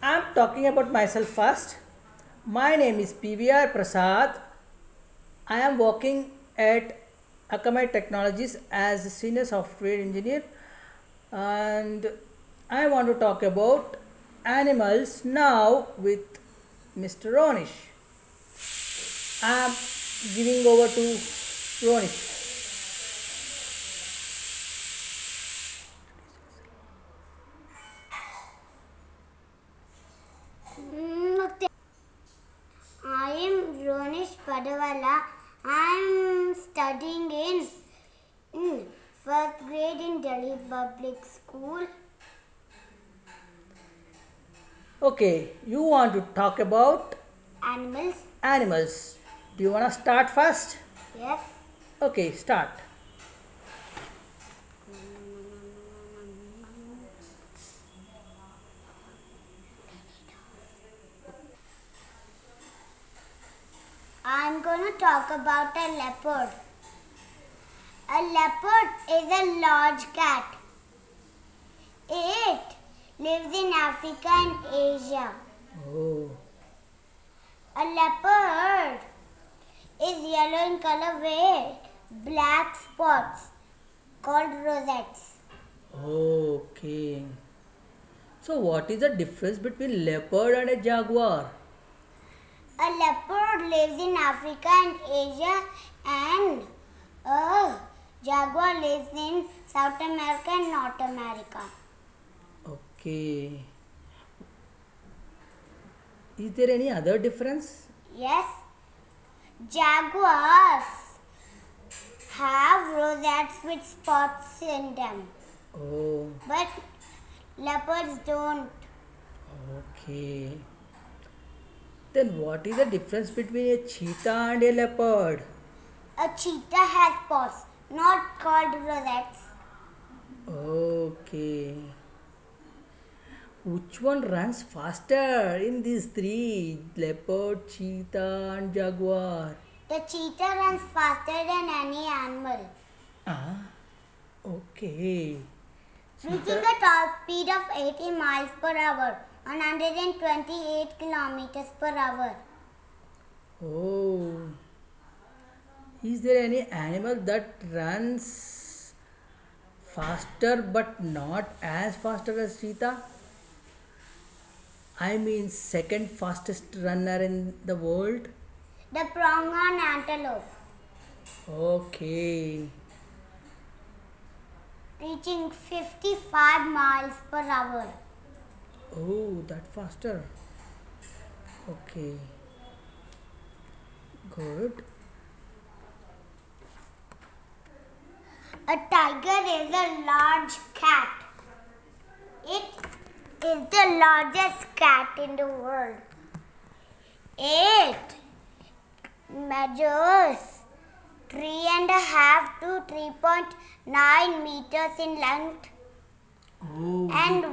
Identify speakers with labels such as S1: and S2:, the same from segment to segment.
S1: start talking about myself first. My name is PVR Prasad. I am working at Akamai Technologies as a senior software engineer and I want to talk about animals now with Mr. Ronish. I am giving over to Ronish.
S2: Namaste. I am Ronish Padavala. I am studying in, in first grade in Delhi Public School.
S1: Okay, you want to talk about
S2: Animals,
S1: animals. Do you want to start first?
S2: yes.
S1: Okay, start.
S2: I'm gonna talk about a leopard. A leopard is a large cat. It lives in Africa and Asia.
S1: Oh,
S2: A leopard is yellow in color with black spots called rosettes.
S1: okay. So, what is the difference between leopard and a jaguar?
S2: A leopard lives in Africa and Asia, and a jaguar lives in South America and North America.
S1: Okay. Is there any other difference?
S2: Yes, jaguars have rosettes with spots in them,
S1: Oh,
S2: but leopards don't.
S1: okay. Then, what is the difference between a cheetah and a leopard?
S2: A cheetah has paws, not called rosettes.
S1: Okay. Which one runs faster in these three? Leopard, cheetah, and jaguar.
S2: The cheetah runs faster than any animal,
S1: Ah, okay.
S2: reaching a top speed of 80 miles per hour, 128 kilometers per hour.
S1: Oh. Is there any animal that runs faster but not as faster as cheetah? I mean, second fastest runner in the world?
S2: The pronghorn antelope,
S1: Okay.
S2: reaching 55 miles per hour.
S1: Oh, that faster. Okay. Good.
S2: A tiger is a large cat. It is the largest cat in the world. It measures three and a half to 3.9 meters in length
S1: Oh.
S2: and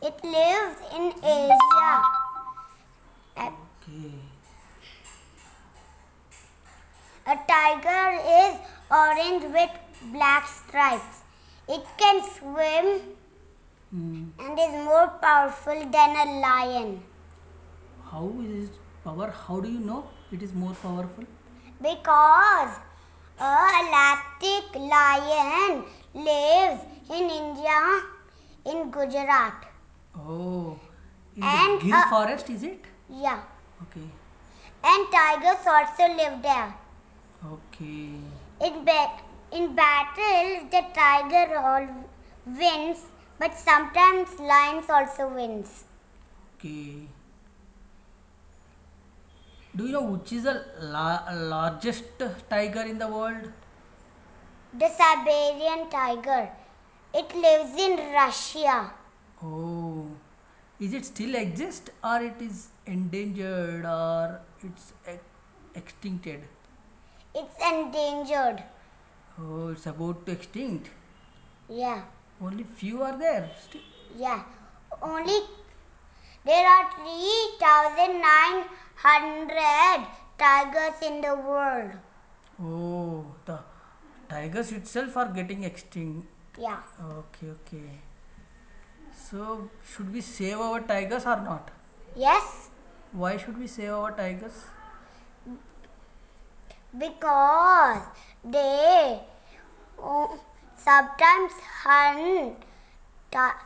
S2: it lives in Asia. A
S1: Okay.
S2: A tiger is orange with black stripes. It can swim
S1: Hmm.
S2: and is more powerful than a lion
S1: How is it power? How do you know it is more powerful?
S2: because a elastic lion lives in India in Gujarat.
S1: Oh. In
S2: And,
S1: the Gir
S2: uh,
S1: forest, is it?
S2: Yeah.
S1: Okay.
S2: And tigers also live there.
S1: Okay.
S2: In, ba- in battle, the tiger all wins, but sometimes lions also wins.
S1: Okay. Do you know which is the la- largest tiger in the world?
S2: The Siberian tiger. It lives in Russia.
S1: Oh, is it still exist or it is endangered or it's ex- extincted?
S2: It's endangered.
S1: Oh, it's about to extinct.
S2: Yeah,
S1: Only few are there. Still.
S2: yeah. Only there are 3,900 tigers in the world.
S1: Oh, the tigers itself are getting extinct.
S2: Yeah.
S1: Okay, okay. So, should we save our tigers or not?
S2: Yes,
S1: Why should we save our tigers?
S2: because they uh, sometimes hunt ta-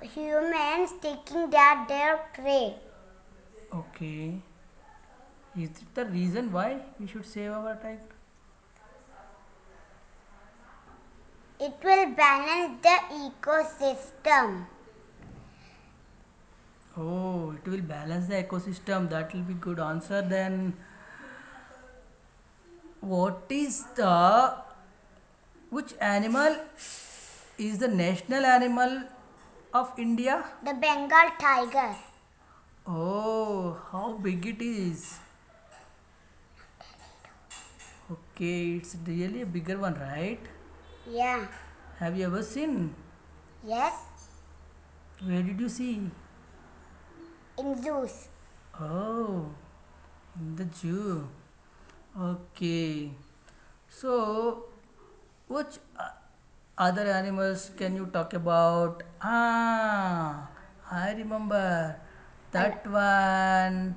S2: humans taking their, their prey.
S1: Okay. Is it the reason why we should save our tiger?
S2: It will balance the ecosystem.
S1: Oh, it will balance the ecosystem. That will be good answer. Then, what is the which animal is the national animal of India?
S2: The Bengal tiger.
S1: Oh, how big it is! Okay, it's really a bigger one, right?
S2: Yeah.
S1: Have you ever seen?
S2: Yes.
S1: Where did you see?
S2: In zoos.
S1: Oh, in the zoo. Okay. So, which uh, other animals can you talk about? Ah, I remember that one.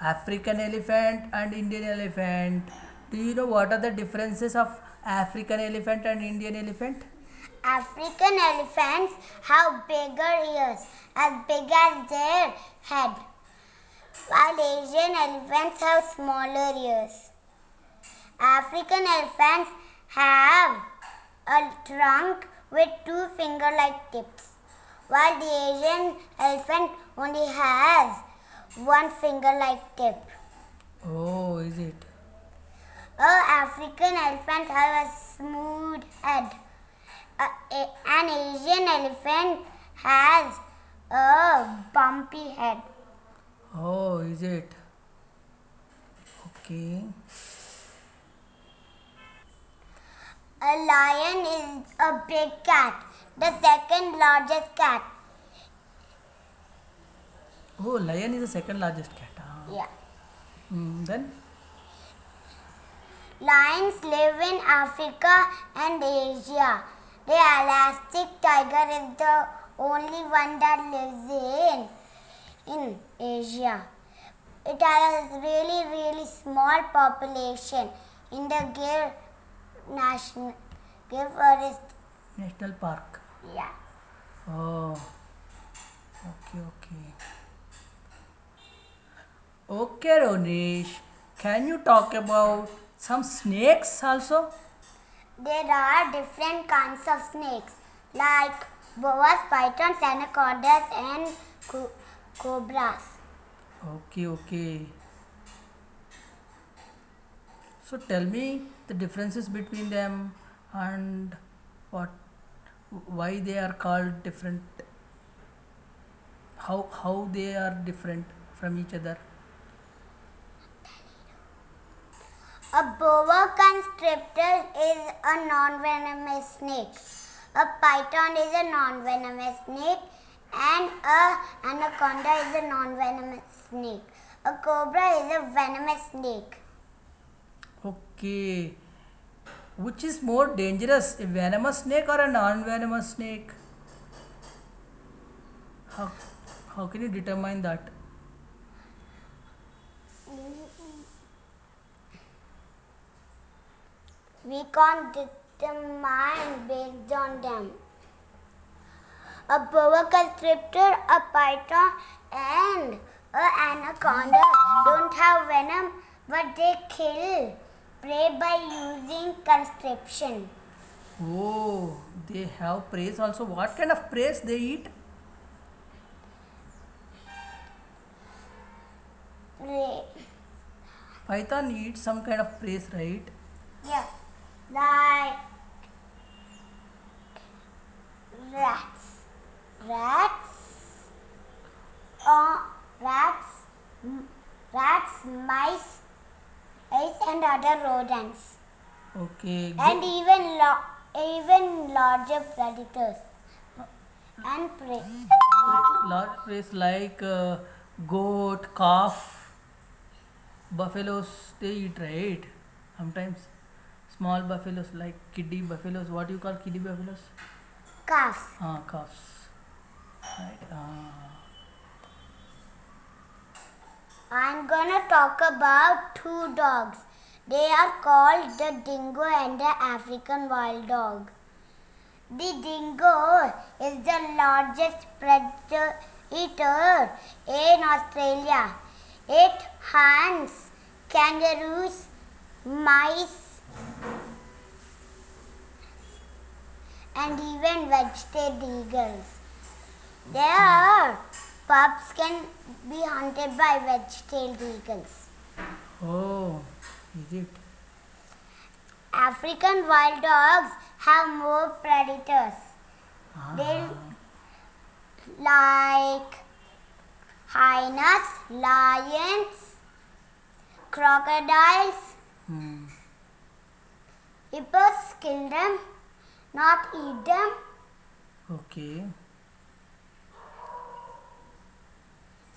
S1: African elephant and Indian elephant. Do you know what are the differences of African elephant and Indian elephant?
S2: African elephants have bigger ears, as big as their head, while Asian elephants have smaller ears. African elephants have a trunk with two finger-like tips, while the Asian elephant only has one finger-like tip.
S1: Oh, is it?
S2: A Oh, African elephant has a smooth head. A, a- an Asian elephant has a bumpy head.
S1: Oh, is it? Okay.
S2: A lion is a big cat, the second largest cat.
S1: Oh, lion is the second largest cat. Ah.
S2: Yeah.
S1: Mm, then?
S2: Lions live in Africa and Asia. The elastic tiger is the only one that lives in in Asia. It has really really small population in the Gir National Gir Forest.
S1: National Park.
S2: Yeah.
S1: Oh, okay, okay. Okay, Ronish. Can you talk about some snakes also?
S2: There are different kinds of snakes like boas, pythons, anacondas, and co- cobras.
S1: Okay, okay. So tell me the differences between them and what, why they are called different, how, how they are different from each other.
S2: A boa constrictor is a non-venomous snake. A python is a non-venomous snake, and a anaconda is a non-venomous snake. A cobra is a venomous snake.
S1: Okay. Which is more dangerous, a venomous snake or a non-venomous snake? How, how can you determine that?
S2: We can't determine based on them. A boa constrictor, a python, and a anaconda don't have venom, but they kill prey by using constriction.
S1: Oh, they have preys also. What kind of preys they eat?
S2: Prey.
S1: Python eats some kind of preys, right?
S2: Yeah. Like rats. Rats. Uh, rats. m- Rats, mice, mice and other rodents.
S1: Okay.
S2: And
S1: Go.
S2: even lo- even larger predators. And prey.
S1: Large preys like uh, goat, calf, buffaloes, they eat, right? Sometimes small buffaloes like kiddie buffaloes. What do you call kiddie buffaloes?
S2: calf.
S1: Ah, calves. Right. Ah.
S2: I'm gonna talk about two dogs. They are called the dingo and the African wild dog. The dingo is the largest predator eater in Australia. It hunts kangaroos, mice, and even wedge-tailed eagles. Their pups can be hunted by wedge-tailed eagles.
S1: Oh, is it?
S2: African wild dogs have more predators.
S1: Ah.
S2: They like hyenas, lions, crocodiles.
S1: Hmm.
S2: Hippos kill them, not eat them.
S1: Okay.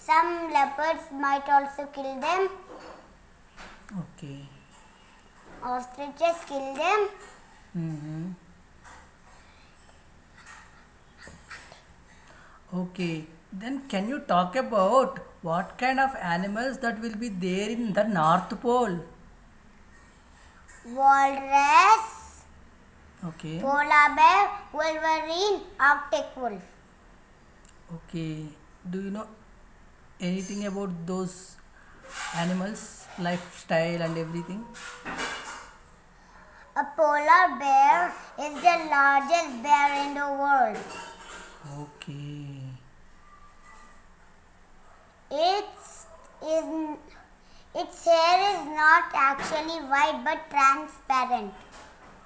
S2: Some leopards might also kill them.
S1: Okay.
S2: Ostriches kill them.
S1: Mm-hmm. Okay. Then can you talk about what kind of animals that will be there in the North Pole?
S2: Walrus,
S1: Okay.
S2: polar bear, wolverine, arctic wolf.
S1: Okay. Do you know anything about those animals, lifestyle and everything?
S2: A polar bear is the largest bear in the world.
S1: Okay.
S2: It's is its hair is not actually white but transparent.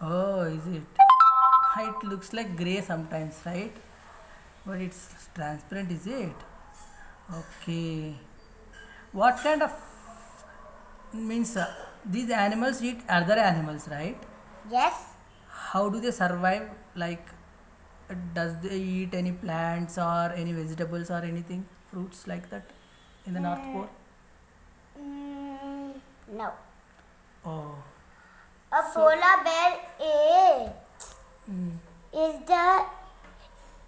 S1: Oh, is it? It looks like gray sometimes, right? But it's transparent, is it? Okay. What kind of means uh, these animals eat other animals, right?
S2: Yes,
S1: How do they survive? Like, uh, does they eat any plants or any vegetables or anything, fruits like that in the North Pole?
S2: mm, no.
S1: Oh,
S2: A polar bear is is the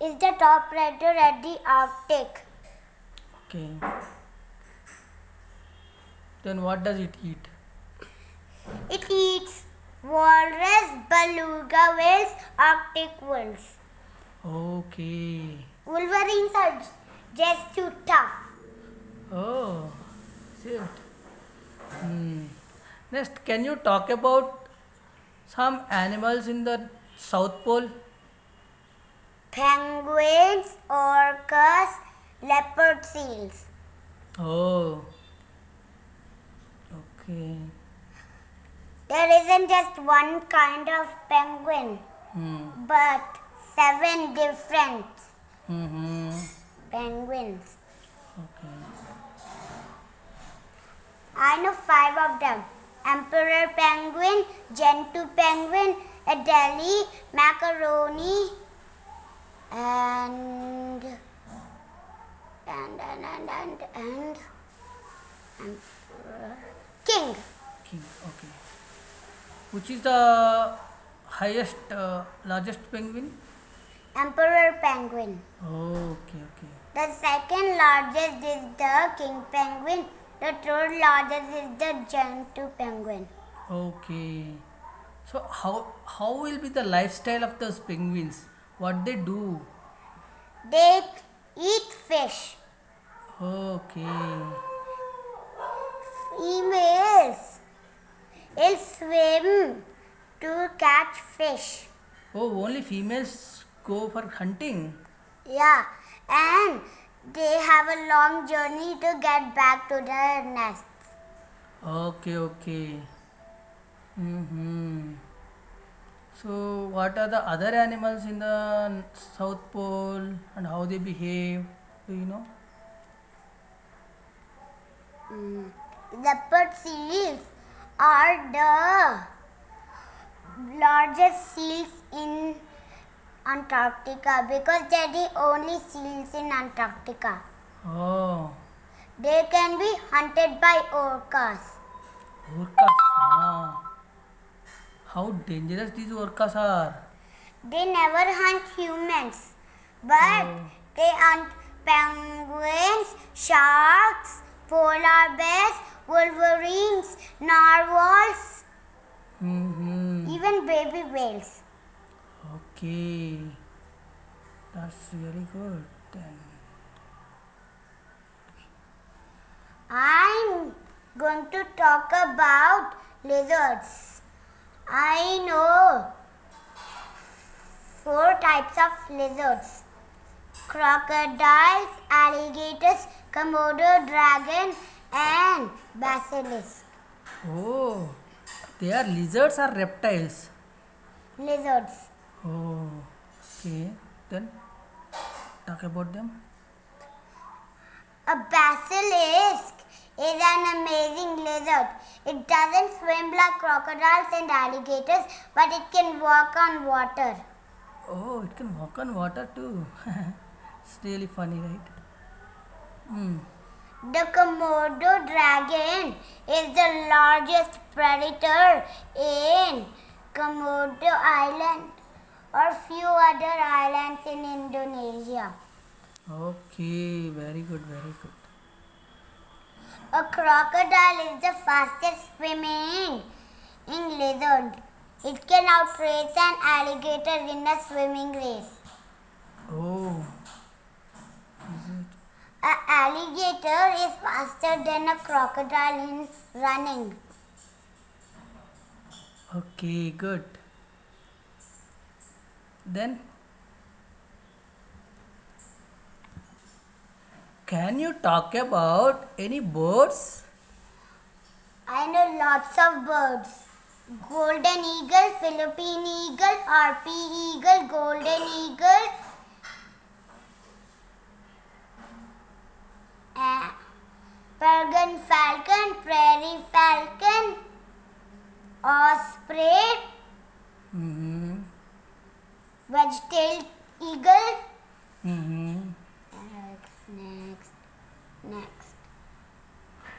S2: is the top predator at the Arctic.
S1: okay. Then what does it eat?
S2: It eats walrus, beluga whales, Arctic wolves.
S1: Okay.
S2: Wolverines are just too tough.
S1: Oh, shit. Hmm. Next, can you talk about some animals in the South Pole?
S2: Penguins, orcas, leopard seals.
S1: Oh, okay.
S2: There isn't just one kind of penguin,
S1: Hmm.
S2: but seven different
S1: Mm-hmm.
S2: penguins.
S1: Okay.
S2: I know five of them Emperor penguin, Gentoo penguin, Adelie, Macaroni, and. and. and. and. and. and Emperor. King.
S1: King. Okay. Which is the highest, uh, largest penguin?
S2: Emperor penguin.
S1: Oh, okay, okay.
S2: The second largest is the king penguin. The third largest is the gentoo penguin.
S1: Okay. So how how will be the lifestyle of those penguins? What they do?
S2: They eat fish.
S1: Okay.
S2: Females will swim to catch fish.
S1: Oh, only females go for hunting.
S2: Yeah, and they have a long journey to get back to their nest.
S1: Okay, okay. Mm-hmm. So, what are the other animals in the South Pole and how they behave? Do you know?
S2: Leopard seals are the largest seals in Antarctica because they're the only seals in Antarctica.
S1: Oh,
S2: They can be hunted by orcas.
S1: orcas. Ah. How dangerous these orcas are.
S2: They never hunt humans, but they hunt penguins, sharks, polar bears, wolverines, narwhals,
S1: hmm
S2: even baby whales.
S1: Okay. That's really good. Then.
S2: I'm going to talk about lizards. I know four types of lizards crocodiles, alligators, Komodo dragon, and basilisk.
S1: Oh, they are lizards or reptiles?
S2: Lizards.
S1: Oh, okay. Then talk about them.
S2: A basilisk is an amazing lizard. It doesn't swim like crocodiles and alligators, but it can walk on water.
S1: Oh, it can walk on water too. it's really funny, right? Hmm.
S2: The Komodo dragon is the largest predator in Komodo Island or few other islands in Indonesia.
S1: Okay, very good, very good.
S2: A crocodile is the fastest swimming in lizard. It can outrace an alligator in a swimming race.
S1: Oh, is it?
S2: An alligator is faster than a crocodile in running.
S1: Okay, good. Then, can you talk about any birds?
S2: I know lots of birds. Golden eagle, Philippine eagle, RP eagle, golden eagle, uh, peregrine falcon, prairie falcon, osprey,
S1: Mm-hmm.
S2: wedge-tailed eagle.
S1: Mm-hmm.
S2: Next, next,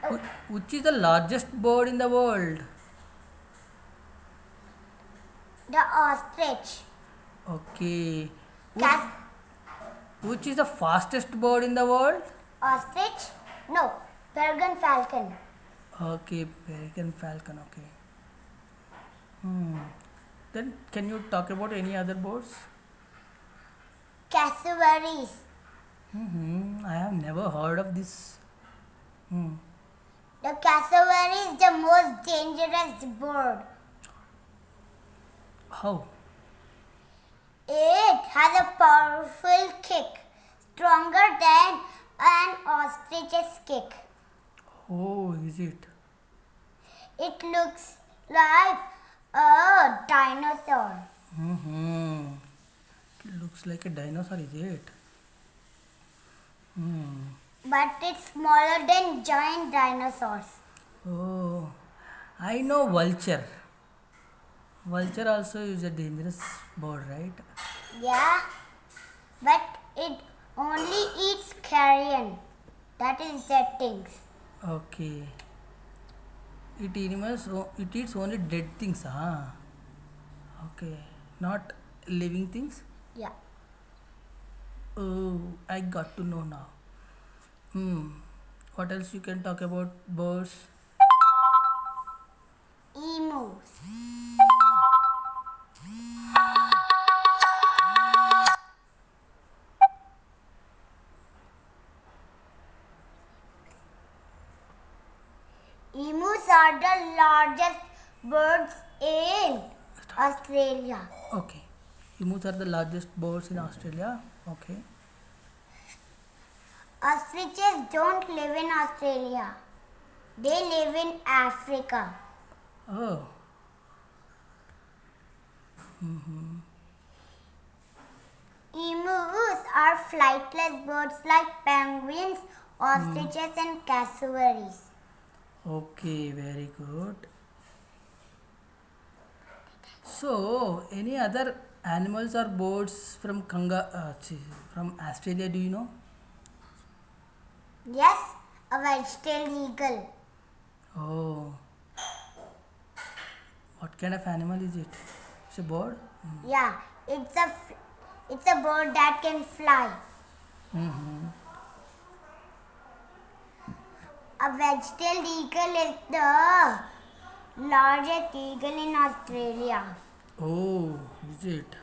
S2: next.
S1: Which is the largest bird in the world?
S2: The ostrich.
S1: Okay. Which,
S2: Cas-
S1: which is the fastest bird in the world?
S2: ostrich? No, peregrine falcon.
S1: Okay, Peregrine falcon. Okay. Hmm. Then can you talk about any other birds?
S2: Cassowaries.
S1: hmm I have never heard of this. Hmm.
S2: The cassowary is the most dangerous bird.
S1: How?
S2: It has a powerful kick, stronger than an ostrich's kick.
S1: Oh, is it?
S2: It looks like a dinosaur.
S1: Mm-hmm. Looks like a dinosaur, is it? Hmm.
S2: But it's smaller than giant dinosaurs.
S1: Oh, I know vulture. Vulture also is a dangerous bird, right?
S2: Yeah, but it only eats carrion. That is dead things.
S1: Okay. It animals. o- It eats only dead things, huh? Okay, not living things.
S2: Yeah.
S1: Oh, I got to know now. Hmm. What else you can talk about birds?
S2: Emus. Emus are the largest birds in Australia.
S1: Okay. Emus are the largest birds in Australia. Okay.
S2: Ostriches don't live in Australia. They live in Africa.
S1: Oh.
S2: Emus are flightless birds like penguins, ostriches, and cassowaries.
S1: Okay. Very good. So, any other animals or birds from Kanga, uh, ch- from Australia? Do you know?
S2: Yes, a wedge-tailed eagle.
S1: Oh. What kind of animal is it? It's a bird.
S2: Yeah, It's a f- it's a bird that can fly. A wedge-tailed eagle is the largest eagle in Australia.
S1: Oh, is it?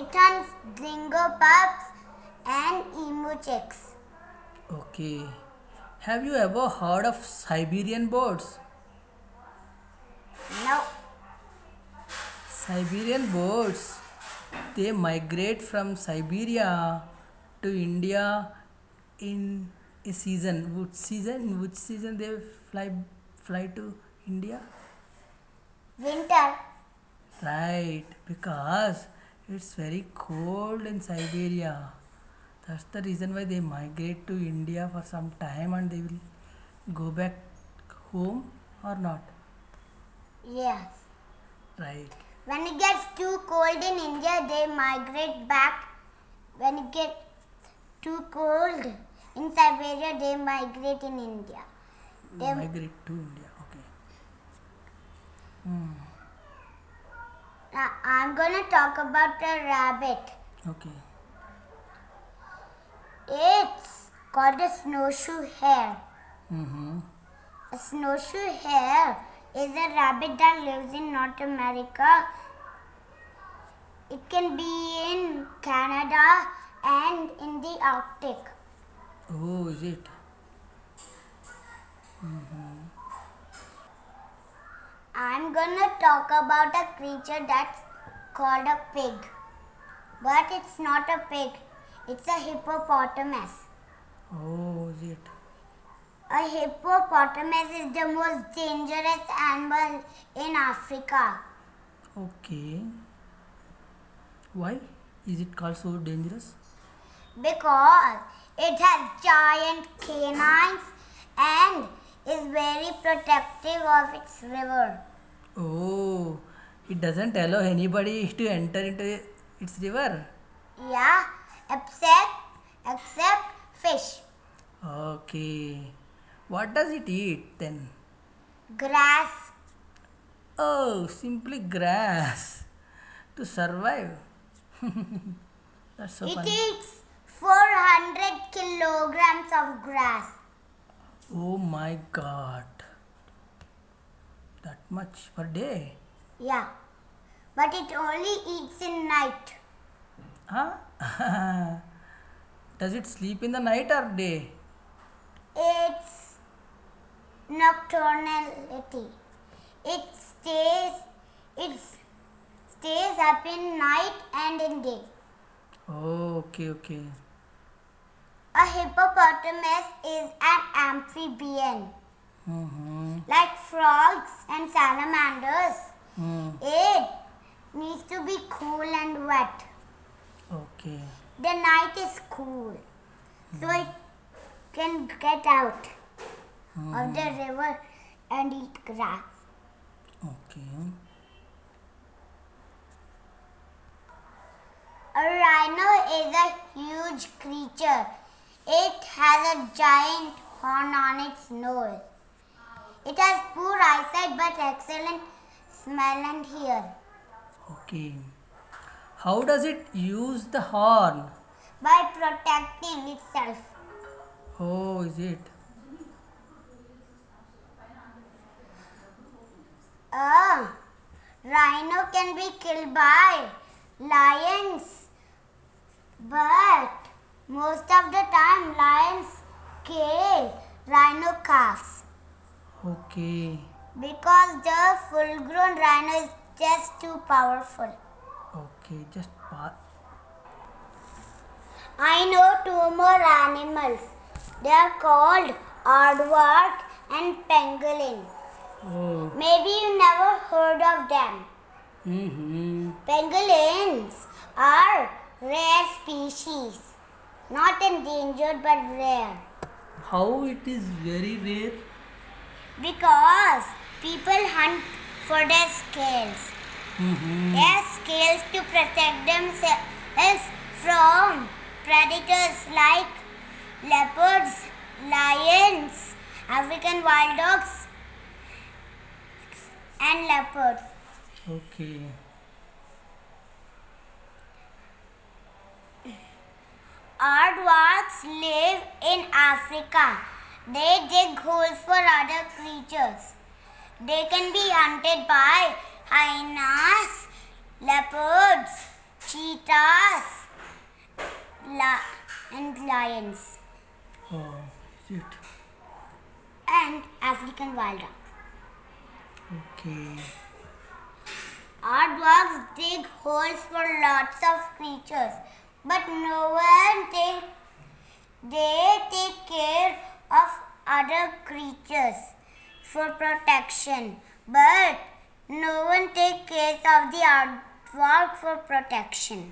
S2: It hunts dingo pups and emu chicks.
S1: Okay. Have you ever heard of Siberian birds?
S2: No,
S1: Siberian birds, they migrate from Siberia to India in a season. Which season? Which season they fly fly to India?
S2: winter.
S1: Right, because it's very cold in Siberia. That's the reason why they migrate to India for some time and they will go back home or not.
S2: Yes.
S1: Right.
S2: When it gets too cold in India, they migrate back. When it gets too cold in Siberia, they migrate in India. They,
S1: Migrate to India. Okay.
S2: Now, uh, I'm gonna talk about a rabbit.
S1: Okay.
S2: It's called a snowshoe hare.
S1: Mm-hmm.
S2: A snowshoe hare is a rabbit that lives in North America. It can be in Canada and in the Arctic.
S1: Oh, is it?
S2: I'm gonna talk about a creature that's called a pig. But it's not a pig, it's a hippopotamus.
S1: Oh, is it?
S2: A hippopotamus is the most dangerous animal in Africa.
S1: Okay. Why is it called so dangerous?
S2: because it has giant canines and is very protective of its river.
S1: Oh, it doesn't allow anybody to enter into its river.
S2: Yeah, except except fish,
S1: Okay. What does it eat then?
S2: grass.
S1: Oh, simply grass to survive. That's so
S2: It
S1: funny.
S2: eats 400 kilograms of grass.
S1: Oh my god. That much per day.
S2: Yeah, but it only eats in night.
S1: Huh? Does it sleep in the night or day?
S2: It's nocturnality. It stays it stays up in night and in day.
S1: Oh, okay, okay.
S2: A hippopotamus is an amphibian.
S1: Mm-hmm.
S2: Like frogs and salamanders,
S1: Mm,
S2: it needs to be cool and wet.
S1: okay.
S2: The night is cool, so it can get out of the river and eat grass.
S1: Okay.
S2: A rhino is a huge creature. It has a giant horn on its nose. It has poor eyesight but excellent smell and hear.
S1: Okay. How does it use the horn?
S2: by protecting itself.
S1: Oh, is it?
S2: A Oh, rhino can be killed by lions, but most of the time lions kill rhino calves
S1: Okay.
S2: because the full-grown rhino is just too powerful.
S1: Okay. Just pa-
S2: I know two more animals. They are called aardvark and pangolin.
S1: Oh.
S2: Maybe you never heard of them.
S1: Mm-hmm.
S2: Pangolins are rare species, not endangered but rare
S1: How it is very rare?
S2: because people hunt for their scales.
S1: Mm-hmm.
S2: Their scales to protect themselves from predators like leopards, lions, African wild dogs, and leopards.
S1: Okay.
S2: Aardvarks live in Africa. They dig holes for other creatures. They can be hunted by hyenas, leopards, cheetahs, la- and lions,
S1: Oh, shit.
S2: and African wild dogs.
S1: Okay.
S2: Aardvarks dig holes for lots of creatures, but no one think they take care of other creatures for protection. But no one take care of the aardvark for protection.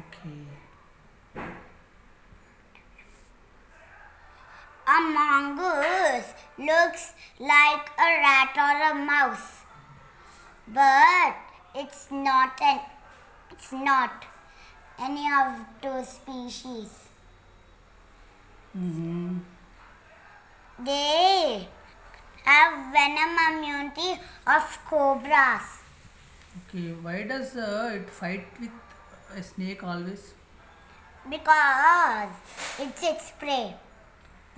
S1: Okay.
S2: A mongoose looks like a rat or a mouse, but it's not an it's not any of those species.
S1: Mm-hmm.
S2: They have venom immunity of cobras.
S1: Okay. Why does uh, it fight with a snake always?
S2: because it's its prey.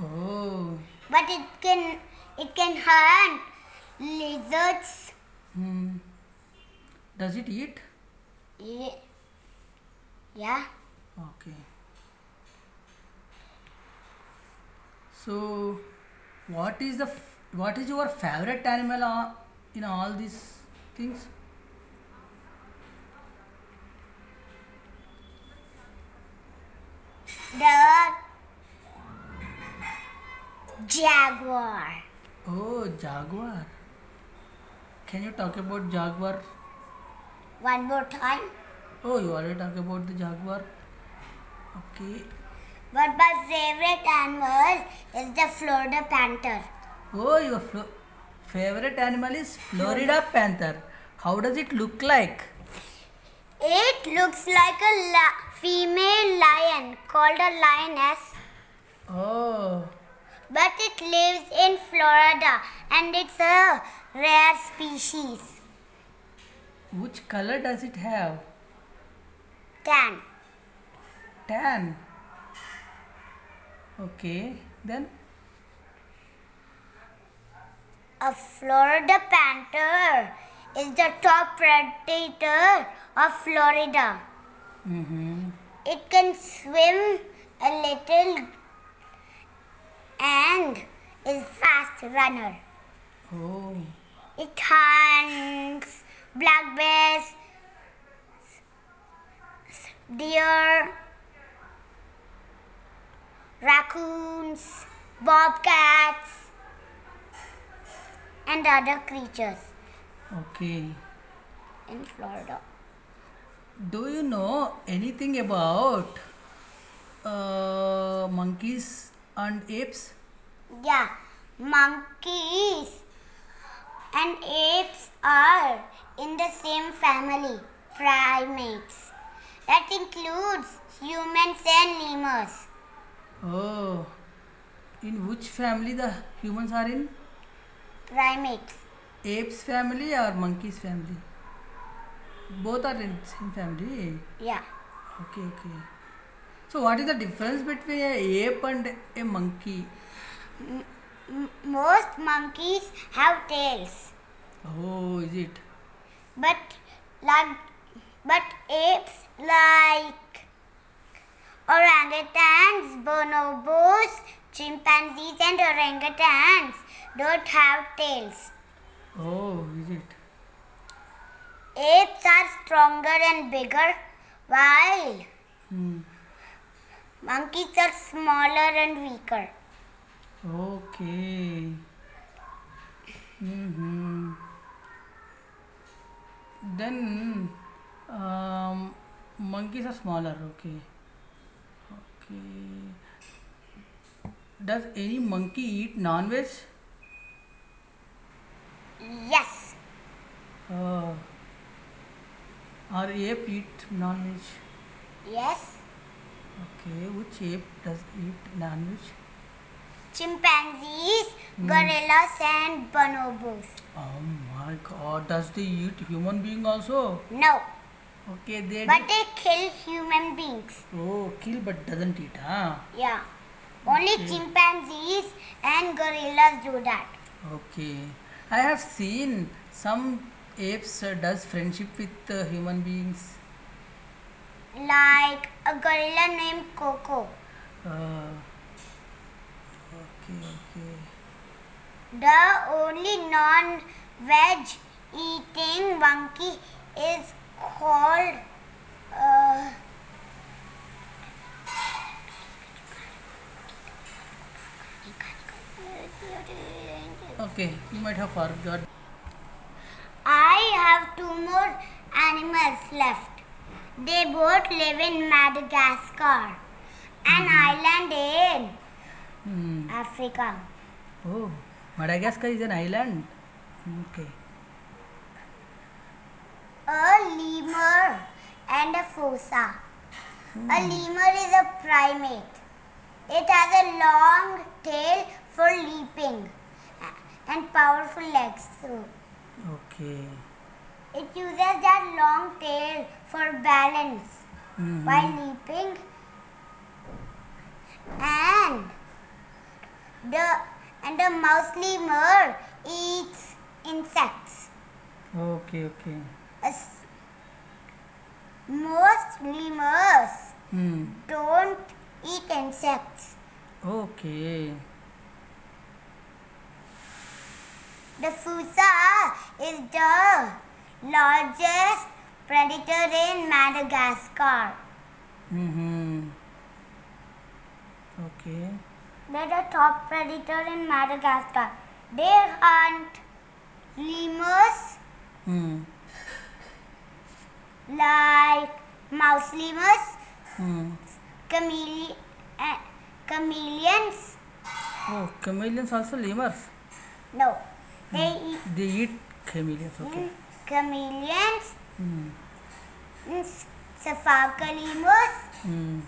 S1: Oh.
S2: But it can it can hunt lizards.
S1: Hmm. Does it eat?
S2: Ye- Yeah.
S1: Okay. So, what is the f- what is your favorite animal uh, in all these things?
S2: The jaguar.
S1: Oh, jaguar. Can you talk about jaguar?
S2: One more time.
S1: Oh, you already talked about the jaguar. Okay.
S2: But my favorite animal is the Florida panther.
S1: Oh, your flo- favorite animal is Florida panther. How does it look like?
S2: It looks like a li- female lion called a lioness.
S1: Oh,
S2: But it lives in Florida and it's a rare species.
S1: which color does it have?
S2: Tan.
S1: Tan. Okay. Then.
S2: A Florida panther is the top predator of Florida.
S1: Mm-hmm.
S2: It can swim a little and is fast runner.
S1: Oh.
S2: It hunts black bears, deer, raccoons, bobcats, and other creatures
S1: Okay.
S2: in Florida.
S1: Do you know anything about uh, monkeys and apes?
S2: Yeah, monkeys and apes are in the same family, primates. That includes humans and lemurs.
S1: Oh. In which family the humans are in?
S2: Primates.
S1: apes family or monkeys family both are in same family
S2: Yeah.
S1: okay okay so what is the difference between a ape and a monkey
S2: M- most monkeys have tails,
S1: oh is it
S2: but like but apes like orangutans, bonobos, chimpanzees, and orangutans don't have tails.
S1: oh is it
S2: Apes are stronger and bigger, while
S1: hmm.
S2: monkeys are smaller and weaker.
S1: okay mm-hmm. then um, monkeys are smaller okay okay does any monkey eat non-veg
S2: Yes,
S1: oh Or ape eat non-veg.
S2: yes,
S1: Okay, which ape does eat non-veg?
S2: chimpanzees, gorillas, and bonobos.
S1: Oh my god, does they eat human being also?
S2: No,
S1: Okay, they
S2: but they kill human beings.
S1: do. Oh, kill but doesn't eat, huh?
S2: Yeah. Only
S1: Okay.
S2: chimpanzees and gorillas do that.
S1: Okay. I have seen some apes uh, does friendship with uh, human beings.
S2: Like a gorilla named Coco.
S1: Uh, okay, okay.
S2: The only non veg eating monkey is called uh,
S1: Okay, you might have forgot.
S2: I have two more animals left. They both live in Madagascar, an island in
S1: Hmm.
S2: Africa.
S1: Oh, Madagascar is an island. Okay.
S2: A lemur and a fossa. A lemur is a primate. It has a long tail for leaping and powerful legs too.
S1: Okay.
S2: It uses that long tail for balance by
S1: Mm-hmm.
S2: leaping and the and the mouse lemur eats insects.
S1: Okay, okay.
S2: A s- Most lemurs
S1: Hmm.
S2: don't eat insects.
S1: Okay.
S2: The Fusa is the largest predator in Madagascar.
S1: Mm-hmm. Okay.
S2: They're the top predator in Madagascar. They hunt lemurs
S1: Hmm.
S2: like mouse lemurs,
S1: Hmm.
S2: chamele- eh, chameleons.
S1: Oh, chameleons also lemurs.
S2: No, they eat
S1: They eat chameleons. Okay.
S2: mm, chameleons,
S1: Hmm.
S2: mm, Safaka lemurs,
S1: Hmm.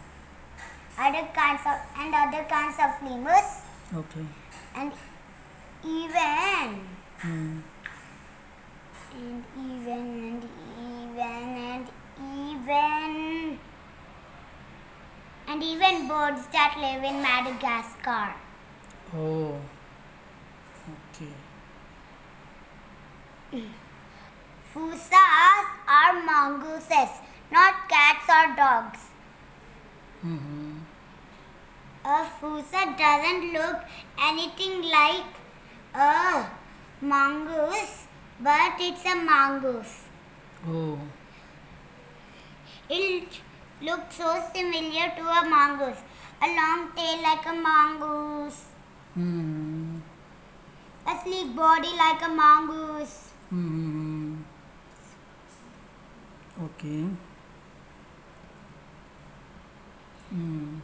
S2: other kinds of and other kinds of lemurs,
S1: Okay.
S2: and even
S1: Hmm.
S2: and even and even and even. and even birds that live in Madagascar.
S1: Oh. Okay.
S2: Fusas are mongooses, not cats or dogs.
S1: Mm-hmm.
S2: A fusa doesn't look anything like a mongoose, but it's a mongoose.
S1: Oh.
S2: It looks so similar to a mongoose. A long tail like a mongoose,
S1: Hmm.
S2: a sleek body like a mongoose.
S1: Hmm. Okay. Hmm.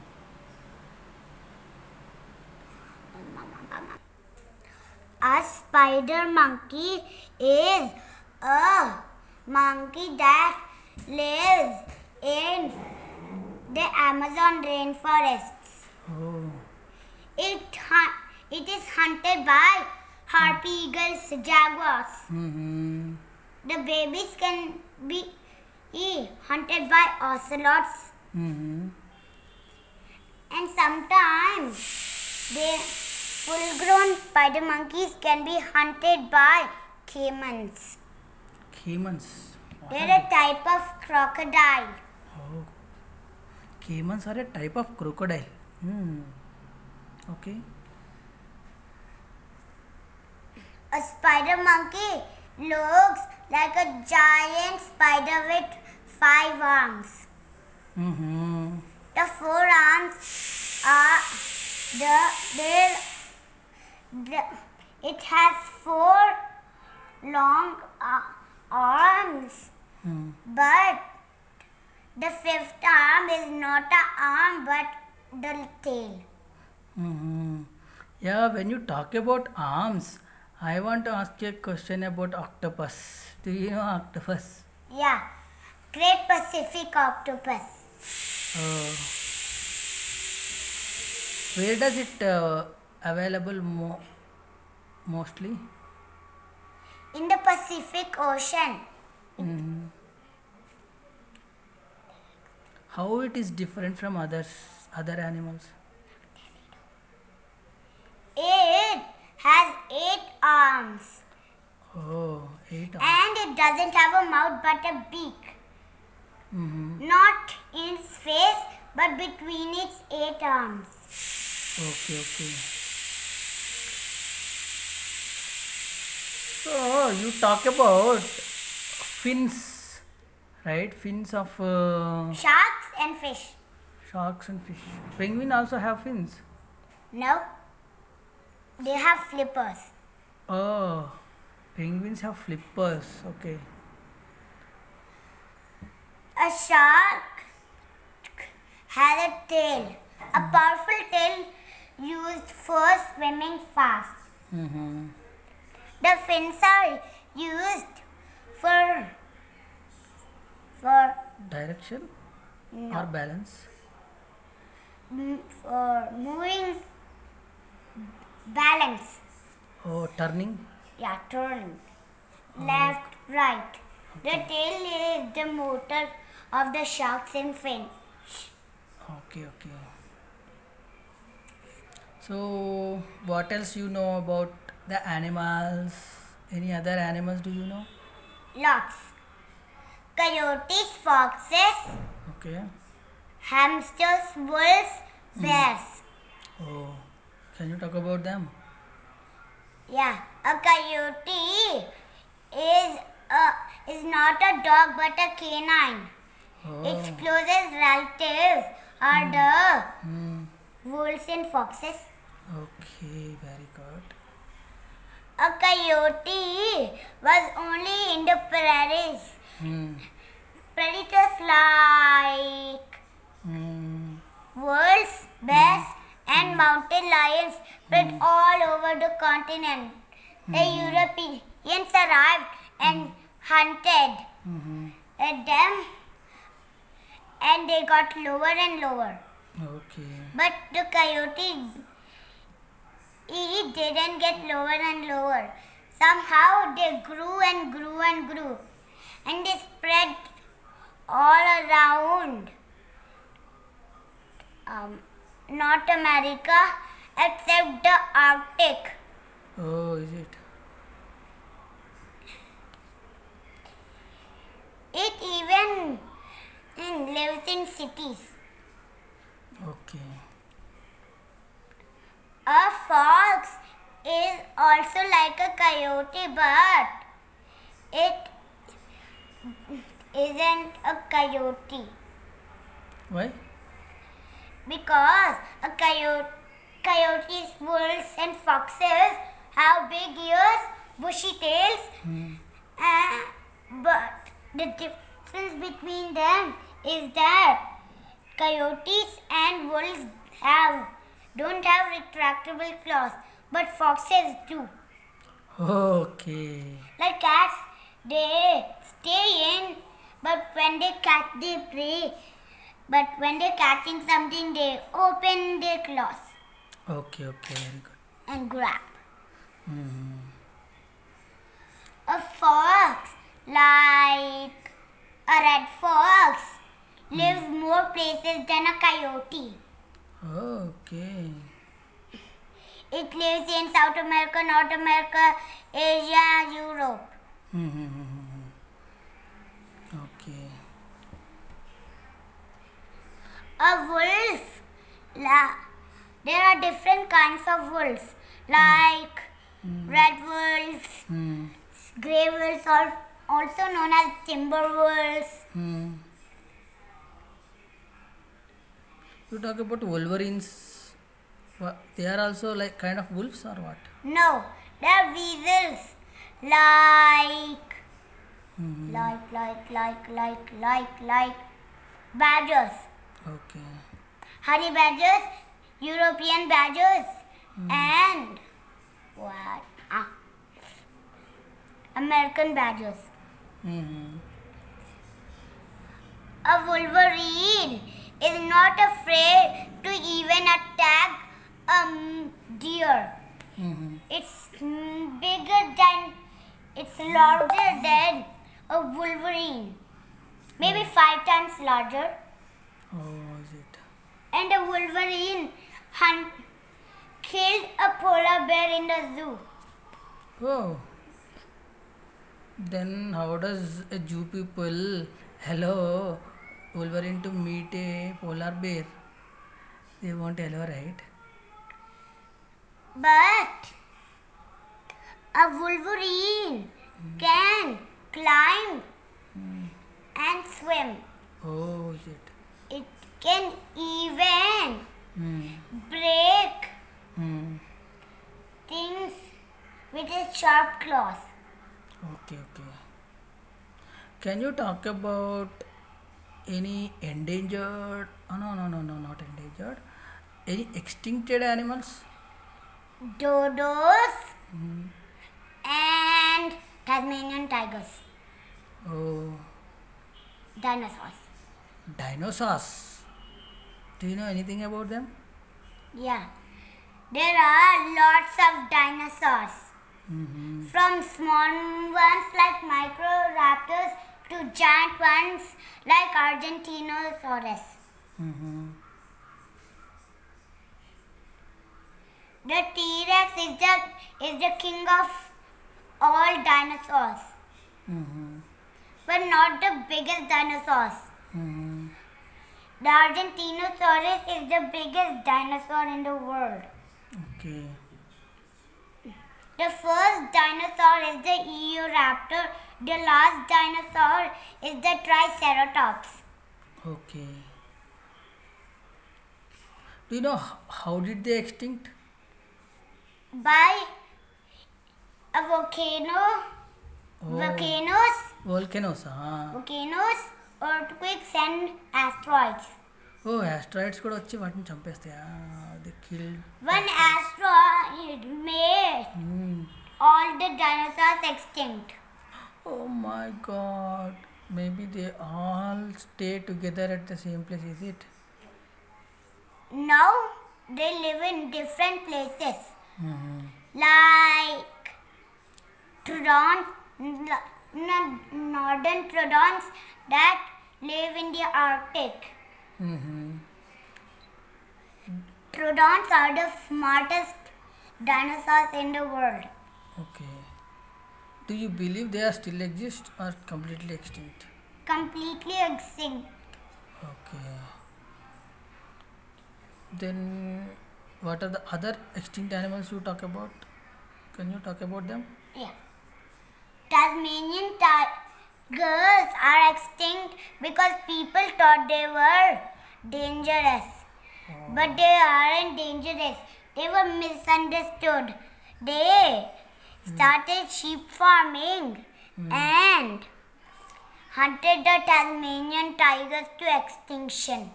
S2: A spider monkey is a monkey that lives in the Amazon rainforests.
S1: Oh.
S2: It, hun- it is hunted by harpy eagles, jaguars.
S1: Hmm.
S2: The babies can be eh, hunted by ocelots
S1: Hmm.
S2: and sometimes the full grown spider monkeys can be hunted by caimans.
S1: Caimans. What are
S2: They're
S1: they?
S2: a type of crocodile.
S1: Oh. Caimans are a type of crocodile. Hmm. Okay.
S2: A spider monkey looks like a giant spider with five arms.
S1: Mm-hmm.
S2: The four arms are the there the, it has four long uh, arms,
S1: Hmm.
S2: but the fifth arm is not a arm but the tail.
S1: Mm-hmm. Yeah, when you talk about arms, I want to ask you a question about octopus. Do you know octopus?
S2: Yeah, Great Pacific octopus.
S1: Uh, where does it uh, available mo- mostly?
S2: in the Pacific Ocean.
S1: Mm-hmm. How it is different from others other animals?
S2: It has eight arms
S1: Oh, eight arms.
S2: and it doesn't have a mouth but a beak. Not in its face but between its eight arms.
S1: Okay, okay. So you talk about fins, right? Fins of uh,
S2: Sharks and fish.
S1: sharks and fish. Penguin also have fins.
S2: No, they have flippers.
S1: Oh, penguins have flippers. Okay.
S2: A shark has a tail, a powerful tail used for swimming fast.
S1: Mm-hmm.
S2: The fins are used for for
S1: Direction or
S2: no,
S1: balance?
S2: m- for moving balance.
S1: Oh, turning.
S2: Yeah, turn left, right. The tail is the motor of the sharks and fins.
S1: Okay, okay. So, what else you know about the animals? Any other animals do you know?
S2: Lots. Coyotes, foxes,
S1: Okay.
S2: hamsters, wolves, bears.
S1: Oh, can you talk about them?
S2: Yeah, a coyote is a is not a dog but a canine.
S1: Oh,
S2: Its closest relatives are the
S1: hmm.
S2: wolves and foxes.
S1: okay, very good.
S2: A coyote was only in the prairies.
S1: Hmm.
S2: Predators like
S1: Hmm.
S2: wolves, bears, and mountain lions spread
S1: Hmm.
S2: all over the continent. The Europeans arrived
S1: Hmm.
S2: and hunted
S1: Mm-hmm.
S2: at them, and they got lower and lower.
S1: Okay.
S2: But the coyote he didn't get lower and lower. Somehow they grew and grew and grew, and they spread all around um, North America except the Arctic.
S1: Oh, is it?
S2: It even mm, lives in cities.
S1: Okay.
S2: A fox is also like a coyote, but it isn't a coyote
S1: Why?
S2: because a coyote, coyotes, wolves, and foxes have big ears, bushy tails,
S1: Hmm.
S2: Uh, but the difference between them is that coyotes and wolves have don't have retractable claws, but foxes do.
S1: Okay.
S2: Like cats, they stay in, but when they catch, they prey. But when they're catching something, they open their claws
S1: Okay, okay, very good.
S2: and grab.
S1: Mm-hmm.
S2: A fox, like a red fox, lives more places than a coyote.
S1: hmm. Okay.
S2: It lives in South America, North America, Asia, Europe.
S1: Mm-hmm. hmm. Okay.
S2: A wolf, la, there are different kinds of wolves, like red wolves,
S1: Hmm.
S2: grey wolves, al- also known as timber wolves.
S1: Hmm. You talk about wolverines. Wha- They are also like kind of wolves or what?
S2: No, there are weasels, like
S1: hmm
S2: like like like like like like badgers
S1: Okay.
S2: honey badgers european badgers and what ah, american badgers
S1: hmm
S2: a wolverine is not afraid to even attack a um, deer
S1: hmm
S2: it's mm, bigger than It's larger than a wolverine, maybe five times larger.
S1: Oh, is it?
S2: And a wolverine hunt killed a polar bear in the zoo.
S1: Oh. Then how does a Jew people hello Wolverine to meet a polar bear? They won't hello, right?
S2: But a wolverine can climb and swim.
S1: Oh, is it?
S2: It can even
S1: Hmm.
S2: break
S1: Hmm.
S2: things with its sharp claws.
S1: Okay, okay. Can you talk about any endangered? Oh, no, no, no, no, not endangered. Any extincted animals?
S2: Dodos and Tasmanian tigers,
S1: Oh,
S2: dinosaurs.
S1: dinosaurs. Do you know anything about them?
S2: Yeah, there are lots of dinosaurs,
S1: Mm-hmm.
S2: from small ones like Microraptors to giant ones like Argentinosaurus.
S1: Mm-hmm.
S2: The T-Rex is the is the king of all dinosaurs,
S1: Mm-hmm.
S2: but not the biggest dinosaurs.
S1: Mm-hmm.
S2: The Argentinosaurus is the biggest dinosaur in the world.
S1: Okay.
S2: The first dinosaur is the Eoraptor. The last dinosaur is the Triceratops.
S1: Okay. Do you know h- how did they extinct?
S2: By a volcano, volcanoes,
S1: Oh, volcanoes. Ah.
S2: volcanoes, earthquakes, and asteroids.
S1: Oh, asteroids కూడా వచ్చి వాటిని చంపేస్తాయా the kill
S2: One asteroid made all the dinosaurs extinct.
S1: Oh my god. Maybe they all stay together at the same place, is it?
S2: Now they live in different places.
S1: Mm-hmm.
S2: like Trudon, northern Trudons that live in the Arctic.
S1: Mm-hmm.
S2: Trudons are the smartest dinosaurs in the world.
S1: Okay. Do you believe they are still exist or completely extinct?
S2: Completely extinct.
S1: Okay. Then what are the other extinct animals you talk about? Can you talk about them?
S2: Yeah. Tasmanian tigers are extinct because people thought they were dangerous. But they aren't dangerous. They were misunderstood. They started sheep farming and hunted the Tasmanian tigers to extinction.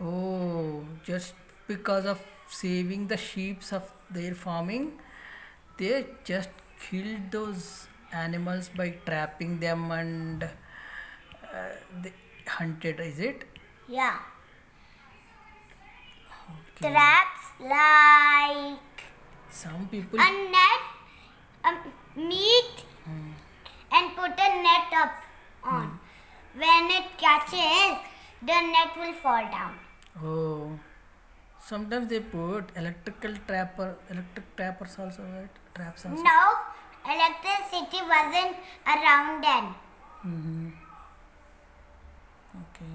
S1: Oh, just because of saving the sheeps of their farming, they just killed those animals by trapping them and uh, they hunted, is it?
S2: Yeah.
S1: Okay.
S2: Traps like
S1: Some people.
S2: a net, a meat, and put a net up on. When it catches, the net will fall down.
S1: Oh, sometimes they put electrical trapper, electric trappers also, right? Traps also.
S2: No, electricity wasn't around then.
S1: Mm-hmm. Okay.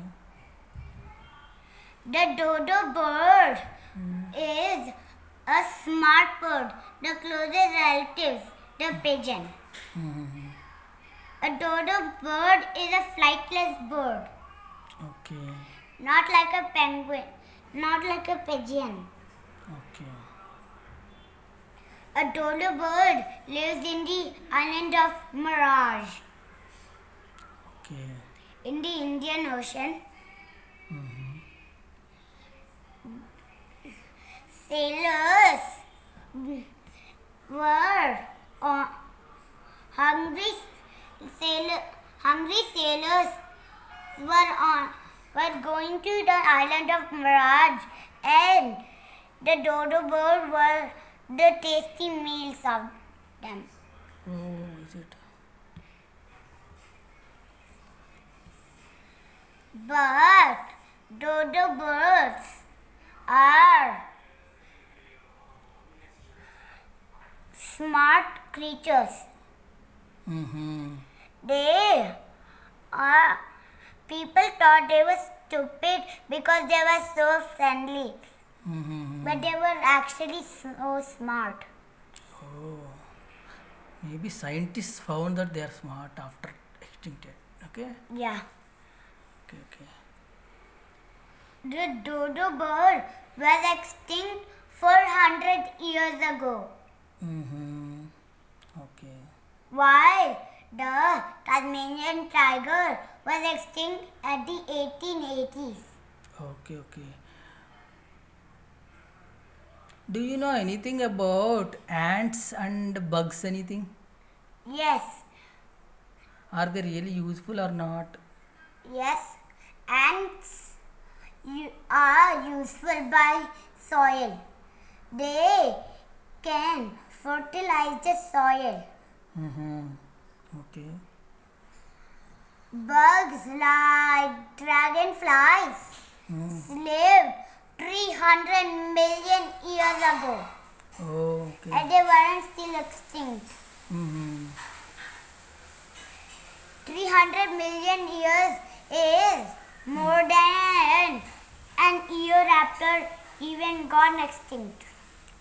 S2: The dodo bird is a smart bird. The closest relative, the pigeon.
S1: Mm-hmm.
S2: A dodo bird is a flightless bird,
S1: Okay.
S2: not like a penguin, not like a pigeon.
S1: Okay.
S2: A dodo bird lives in the island of Mirage
S1: Okay.
S2: in the Indian Ocean. Sailors were uh, hungry. Sailor, hungry sailors were on were going to the island of Mirage, and the dodo bird were the tasty meals of them.
S1: Oh, is it?
S2: But dodo birds are smart creatures.
S1: Mm-hmm.
S2: They are people thought they were stupid because they were so friendly,
S1: Mm-hmm.
S2: but they were actually so smart.
S1: Oh. Maybe scientists found that they are smart after extincted. Okay?
S2: Yeah.
S1: Okay, okay.
S2: The dodo bird was extinct 400 years ago,
S1: Mm-hmm. Okay.
S2: while the Tasmanian tiger was extinct at the 1880s.
S1: Okay, okay. Do you know anything about ants and bugs? Anything?
S2: Yes,
S1: Are they really useful or not?
S2: yes, ants you are useful by soil. They can fertilize the soil.
S1: Mm-hmm. Okay.
S2: Bugs like dragonflies
S1: Mm-hmm.
S2: lived 300 million years ago
S1: Oh, okay.
S2: and they weren't still extinct.
S1: Mm-hmm.
S2: 300 million years is more than an year after even gone extinct.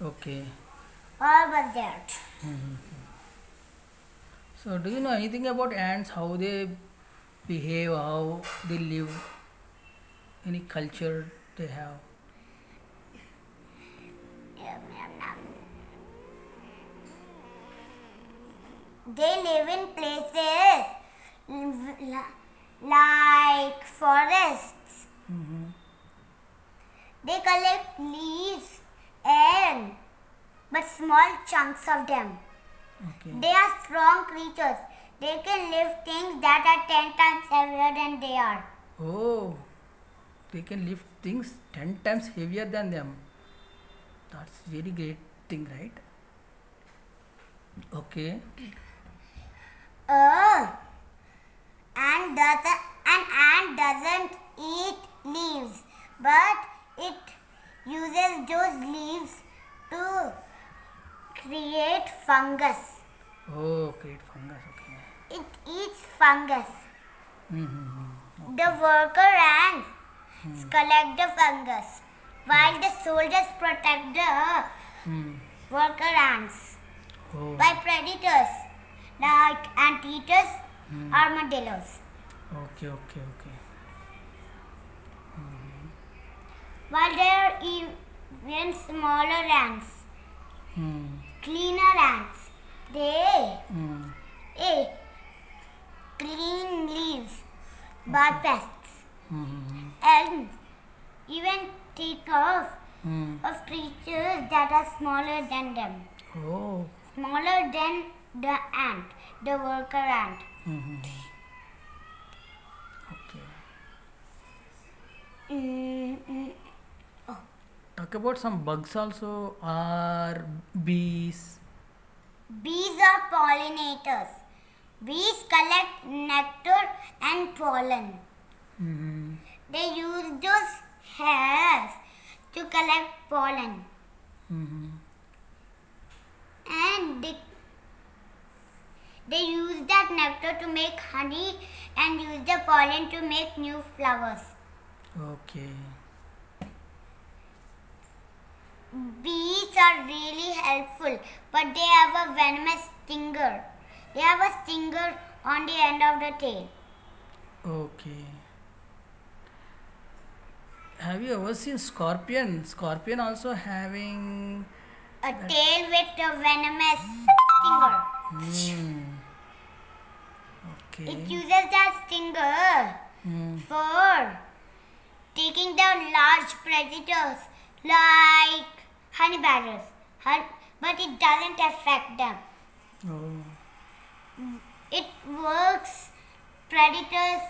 S1: Okay.
S2: All was there.
S1: So, do you know anything about ants? How they behave? How they live? Any culture they have?
S2: They live in places like forests. They collect leaves and but small chunks of them.
S1: Okay.
S2: They are strong creatures. They can lift things that are 10 times heavier than they are.
S1: Oh, they can lift things ten times heavier than them. That's very great thing, right? Okay.
S2: Uh, and doesn't an ant doesn't eat leaves, but it uses those leaves to create fungus.
S1: Oh, great fungus. Okay.
S2: It eats fungus.
S1: Mm-hmm.
S2: The worker ants collect the fungus, while the soldiers protect the worker ants
S1: Mm-hmm. Oh.
S2: by predators like anteaters, armadillos.
S1: Okay. Okay. Okay.
S2: While there are even smaller ants,
S1: Hmm.
S2: cleaner ants, they
S1: Hmm.
S2: eh, clean leaves, bad pests,
S1: Hmm.
S2: and even take off
S1: Hmm.
S2: of creatures that are smaller than them,
S1: Oh.
S2: smaller than the ant, the worker ant.
S1: Mm-hmm. Okay.
S2: Mm,
S1: Talk about some bugs also. Are bees?
S2: Bees are pollinators. Bees collect nectar and pollen.
S1: Mm-hmm.
S2: They use those hairs to collect pollen
S1: Mm-hmm.
S2: and they, they use that nectar to make honey and use the pollen to make new flowers.
S1: Okay.
S2: Bees are really helpful, but they have a venomous stinger. They have a stinger on the end of the tail.
S1: Okay. Have you ever seen scorpion? Scorpion also having.
S2: A tail with a venomous stinger.
S1: Hmm. Okay.
S2: It uses that stinger
S1: Hmm.
S2: for taking down large predators like honey badgers, Hun- but it doesn't affect them.
S1: Oh.
S2: It works predators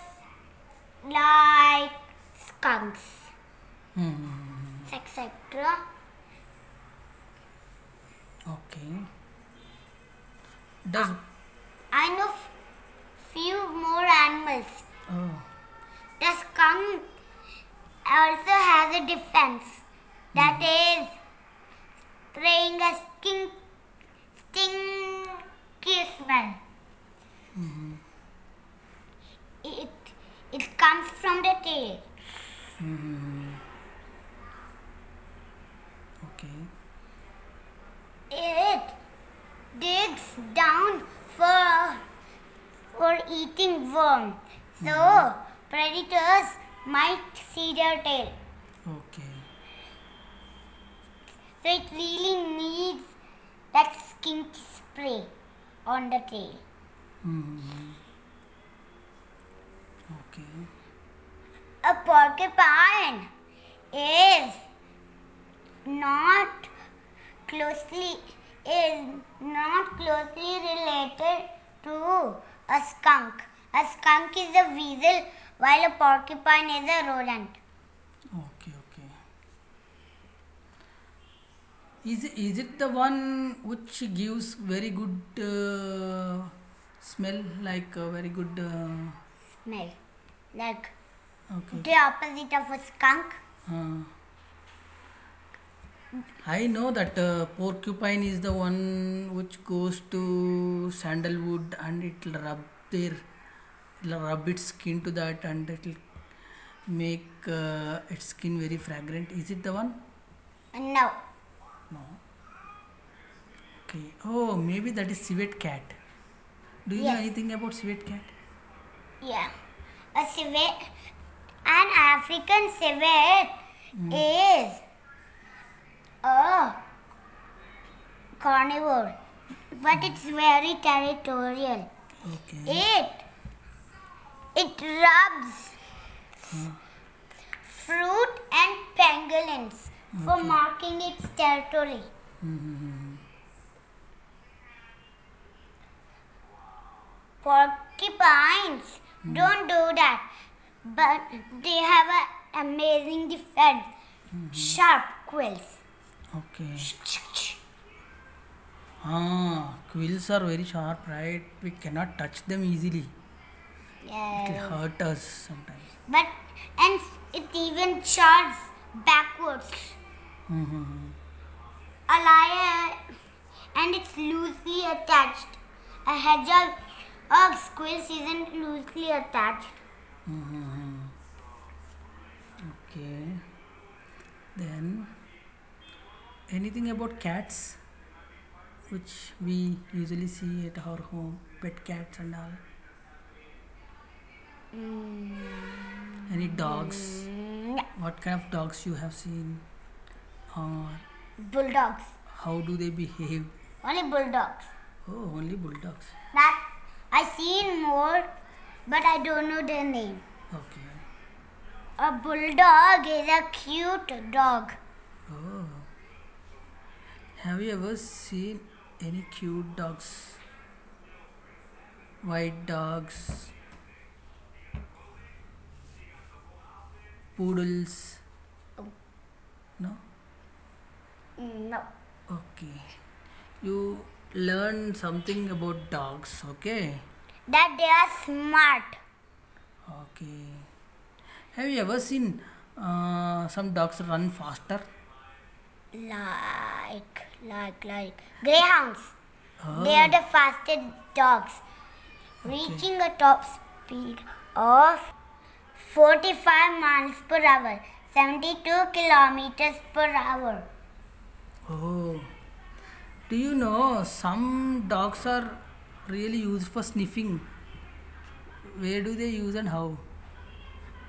S2: like skunks,
S1: Hmm.
S2: etc.
S1: Okay. Does.
S2: I know f- few more animals.
S1: Oh.
S2: The skunk also has a defense that is spraying a skin, stinky smell. It it comes from the tail.
S1: Okay.
S2: It digs down for for eating worms, so predators might see their tail.
S1: Okay.
S2: So it really needs that skinky spray on the tail.
S1: Hmm. Okay.
S2: A porcupine is not closely is not closely related to a skunk. A skunk is a weasel while a porcupine is a rodent.
S1: Okay. Okay. Is is it the one which gives very good uh, smell, like uh, very good? Uh,
S2: Smell. Like
S1: okay.
S2: the opposite of a skunk.
S1: Uh, I know that uh, porcupine is the one which goes to sandalwood and it'll rub their, it'll rub its skin to that and it'll make uh, its skin very fragrant. Is it the one?
S2: No.
S1: No. Okay. Oh, maybe that is civet cat. Do you know
S2: Yes.
S1: anything about civet cat?
S2: Yeah. A civet, an African civet is a carnivore, but it's very territorial.
S1: Okay.
S2: It it rubs fruit and pangolins for marking its territory. Porcupines don't do that, but they have an amazing defense. Sharp quills.
S1: Okay. Ah, quills are very sharp, right? We cannot touch them easily. It
S2: Yeah.
S1: hurt us sometimes.
S2: But and it even charges backwards.
S1: Mm-hmm.
S2: A lion and it's loosely attached. A hedgehog or squirrel isn't loosely attached.
S1: Okay. Then, anything about cats, which we usually see at our home, pet cats and all. Any dogs?
S2: Mm,
S1: What kind of dogs you have seen? Or
S2: bulldogs.
S1: how do they behave?
S2: Only bulldogs.
S1: Oh, only bulldogs.
S2: That I seen more, but I don't know their name.
S1: Okay.
S2: A bulldog is a cute dog.
S1: Oh. Have you ever seen any cute dogs? White dogs, poodles? No?
S2: Mm, No.
S1: Okay. You learn something about dogs, okay?
S2: That they are smart.
S1: Okay. Have you ever seen uh, some dogs run faster?
S2: Like, like, like. Greyhounds. They
S1: Oh,
S2: are the fastest dogs, reaching a top speed of 45 miles per hour, 72 kilometers per hour.
S1: oh. Do you know some dogs are really used for sniffing? Where do they use and how?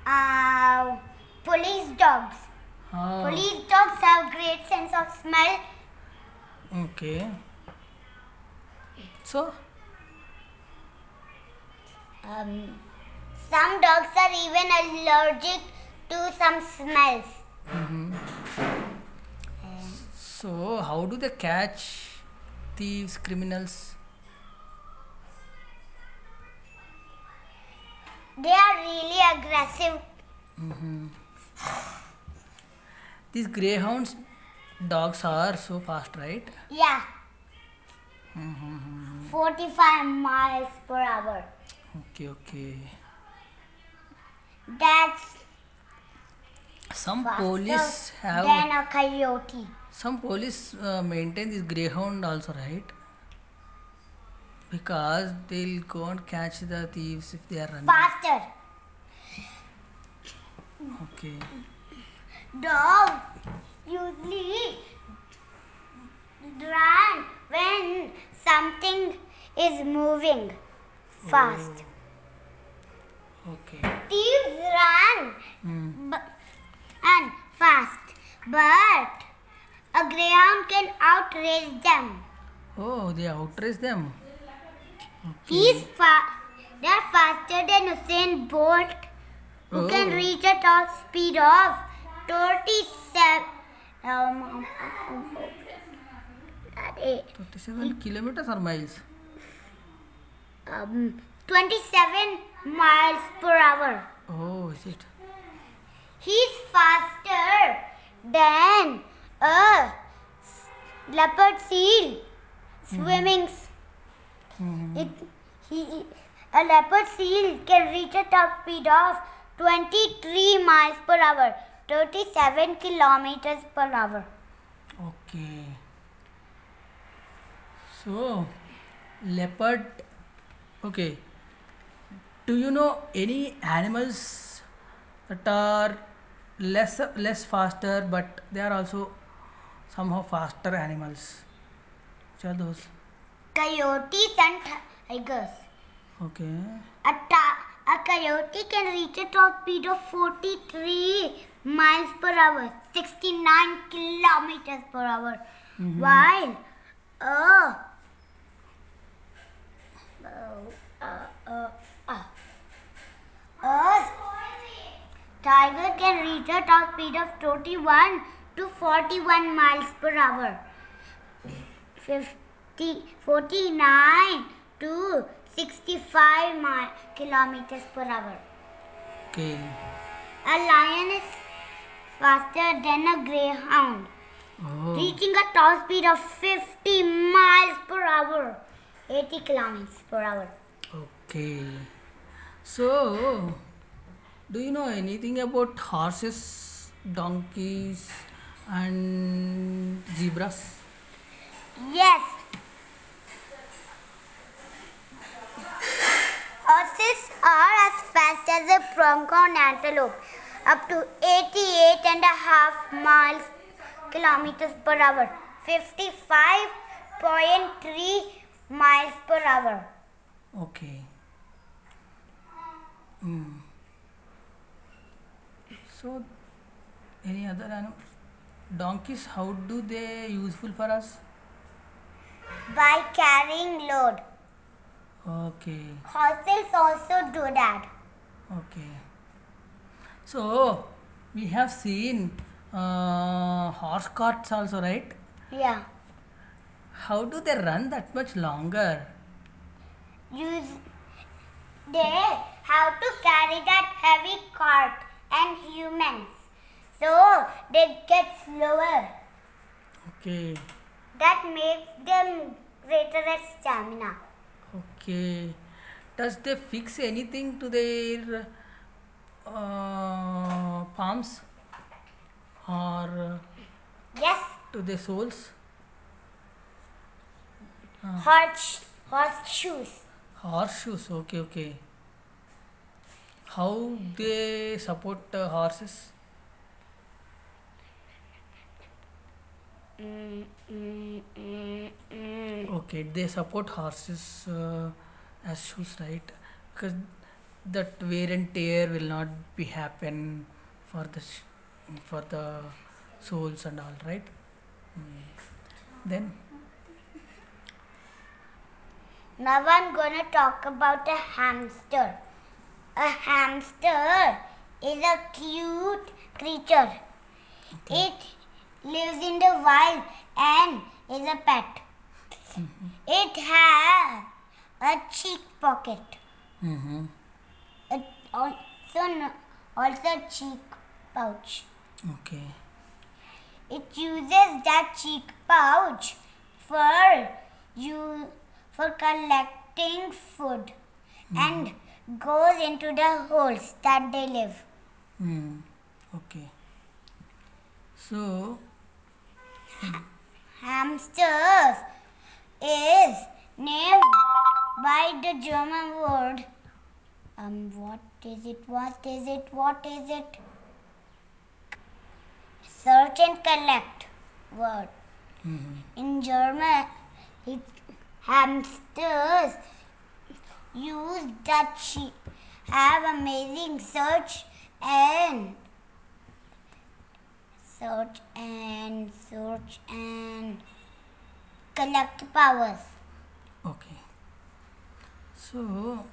S2: Uh, police dogs.
S1: Oh,
S2: Police dogs have great sense of smell.
S1: okay. So,
S2: Um, some dogs are even allergic to some smells.
S1: so how do they catch thieves, criminals?
S2: They are really aggressive.
S1: These greyhounds dogs are so fast, right?
S2: Yeah. 45 miles per hour.
S1: Okay, okay.
S2: That's
S1: Some
S2: faster
S1: police have
S2: than a coyote.
S1: some police uh, maintain this greyhound also, right? Because they'll go and catch the thieves if they are running.
S2: Faster.
S1: Okay.
S2: Dogs usually run when something is moving fast.
S1: Oh. Okay.
S2: Thieves run
S1: Hmm.
S2: bu- and fast, but a greyhound can outrace them.
S1: Oh, they outrace them.
S2: He's fa- they're faster than Usain Bolt, who can
S1: Oh.
S2: reach a top speed of 37. Um, that is,
S1: 37 kilometers or miles?
S2: um, 27 miles per hour.
S1: Oh, is it?
S2: He's faster than a leopard seal swimming. s-
S1: Mhm.
S2: It, he, a leopard seal can reach a top speed of 23 miles per hour, 37 kilometers per hour.
S1: Okay. So, leopard. Okay. Do you know any animals that are less less faster, but they are also somehow faster animals? Which are those?
S2: Coyotes and tigers.
S1: Okay.
S2: A, ta- a coyote can reach a top speed of 43 miles per hour, 69 kilometers per hour, while a, a, a, a, a tiger can reach a top speed of 21 to 41 miles per hour. 50, 49 to 65 mi- kilometers per hour.
S1: Okay.
S2: A lion is faster than a greyhound,
S1: Oh.
S2: reaching a top speed of 50 miles per hour, 80 kilometers per hour.
S1: Okay. So, do you know anything about horses, donkeys, and zebras?
S2: Yes. Horses are as fast as a pronghorn antelope, up to 88 and a half miles kilometers per hour, 55.3 miles per hour.
S1: Okay. Hmm. So, any other animal? Donkeys, how do they useful for us?
S2: By carrying load,
S1: Okay,
S2: horses also do that.
S1: okay. So, we have seen uh, horse carts also, right?
S2: Yeah.
S1: How do they run that much longer?
S2: use they have to carry that heavy cart and humans so they get slower
S1: Okay,
S2: that makes them greater at stamina
S1: okay. Does they fix anything to their uh, palms or
S2: yes
S1: to their soles?
S2: horse horseshoes
S1: Horseshoes, okay, okay. How they support uh, horses?
S2: mm, mm, mm, mm.
S1: Okay, they support horses uh, as shoes, right? Because that wear and tear will not be happen for the sh- for the soles and all, right? Mm. Then
S2: now i'm gonna talk about a hamster a hamster is a cute creature
S1: okay,
S2: It lives in the wild and is a pet. It has a cheek pocket.
S1: hmm
S2: It also kn- also cheek pouch.
S1: okay,
S2: It uses that cheek pouch for you for collecting food and goes into the holes that they live.
S1: mm. Hmm. okay, So,
S2: Hamsters is named by the German word. Um, what is it? What is it? What is it? Search and collect word.
S1: hmm,
S2: In German, it, hamsters use that she have amazing search and search and search and collect powers.
S1: okay. So,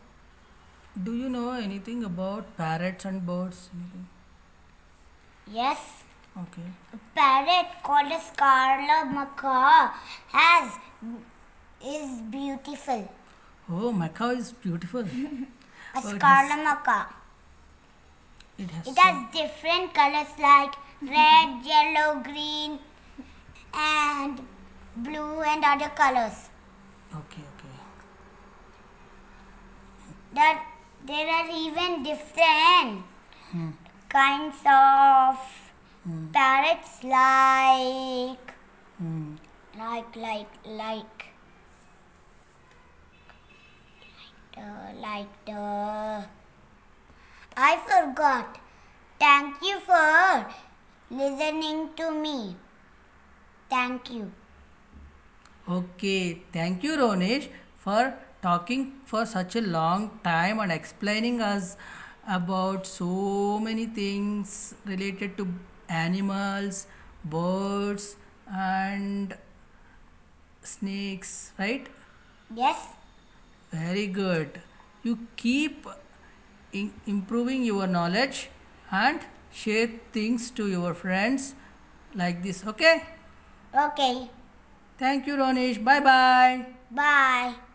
S1: do you know anything about parrots and birds? Anything?
S2: Yes.
S1: Okay.
S2: A parrot called a scarlet macaw has is beautiful.
S1: Oh, Macau is beautiful.
S2: A
S1: Oh, it
S2: scarlet macaw.
S1: It has.
S2: It has different colors like red, yellow, green, and blue and other colors.
S1: Okay, okay.
S2: That there are even different
S1: Hmm,
S2: kinds of parrots like
S1: Hmm.
S2: like like like the like the I forgot. Thank you for listening to me. Thank you.
S1: Okay, thank you, Ronesh, for talking for such a long time and explaining us about so many things related to animals, birds, and snakes, right?
S2: Yes.
S1: Very good. You keep in- improving your knowledge and share things to your friends like this, okay?
S2: Okay.
S1: Thank you, Ronesh. Bye bye.
S2: Bye.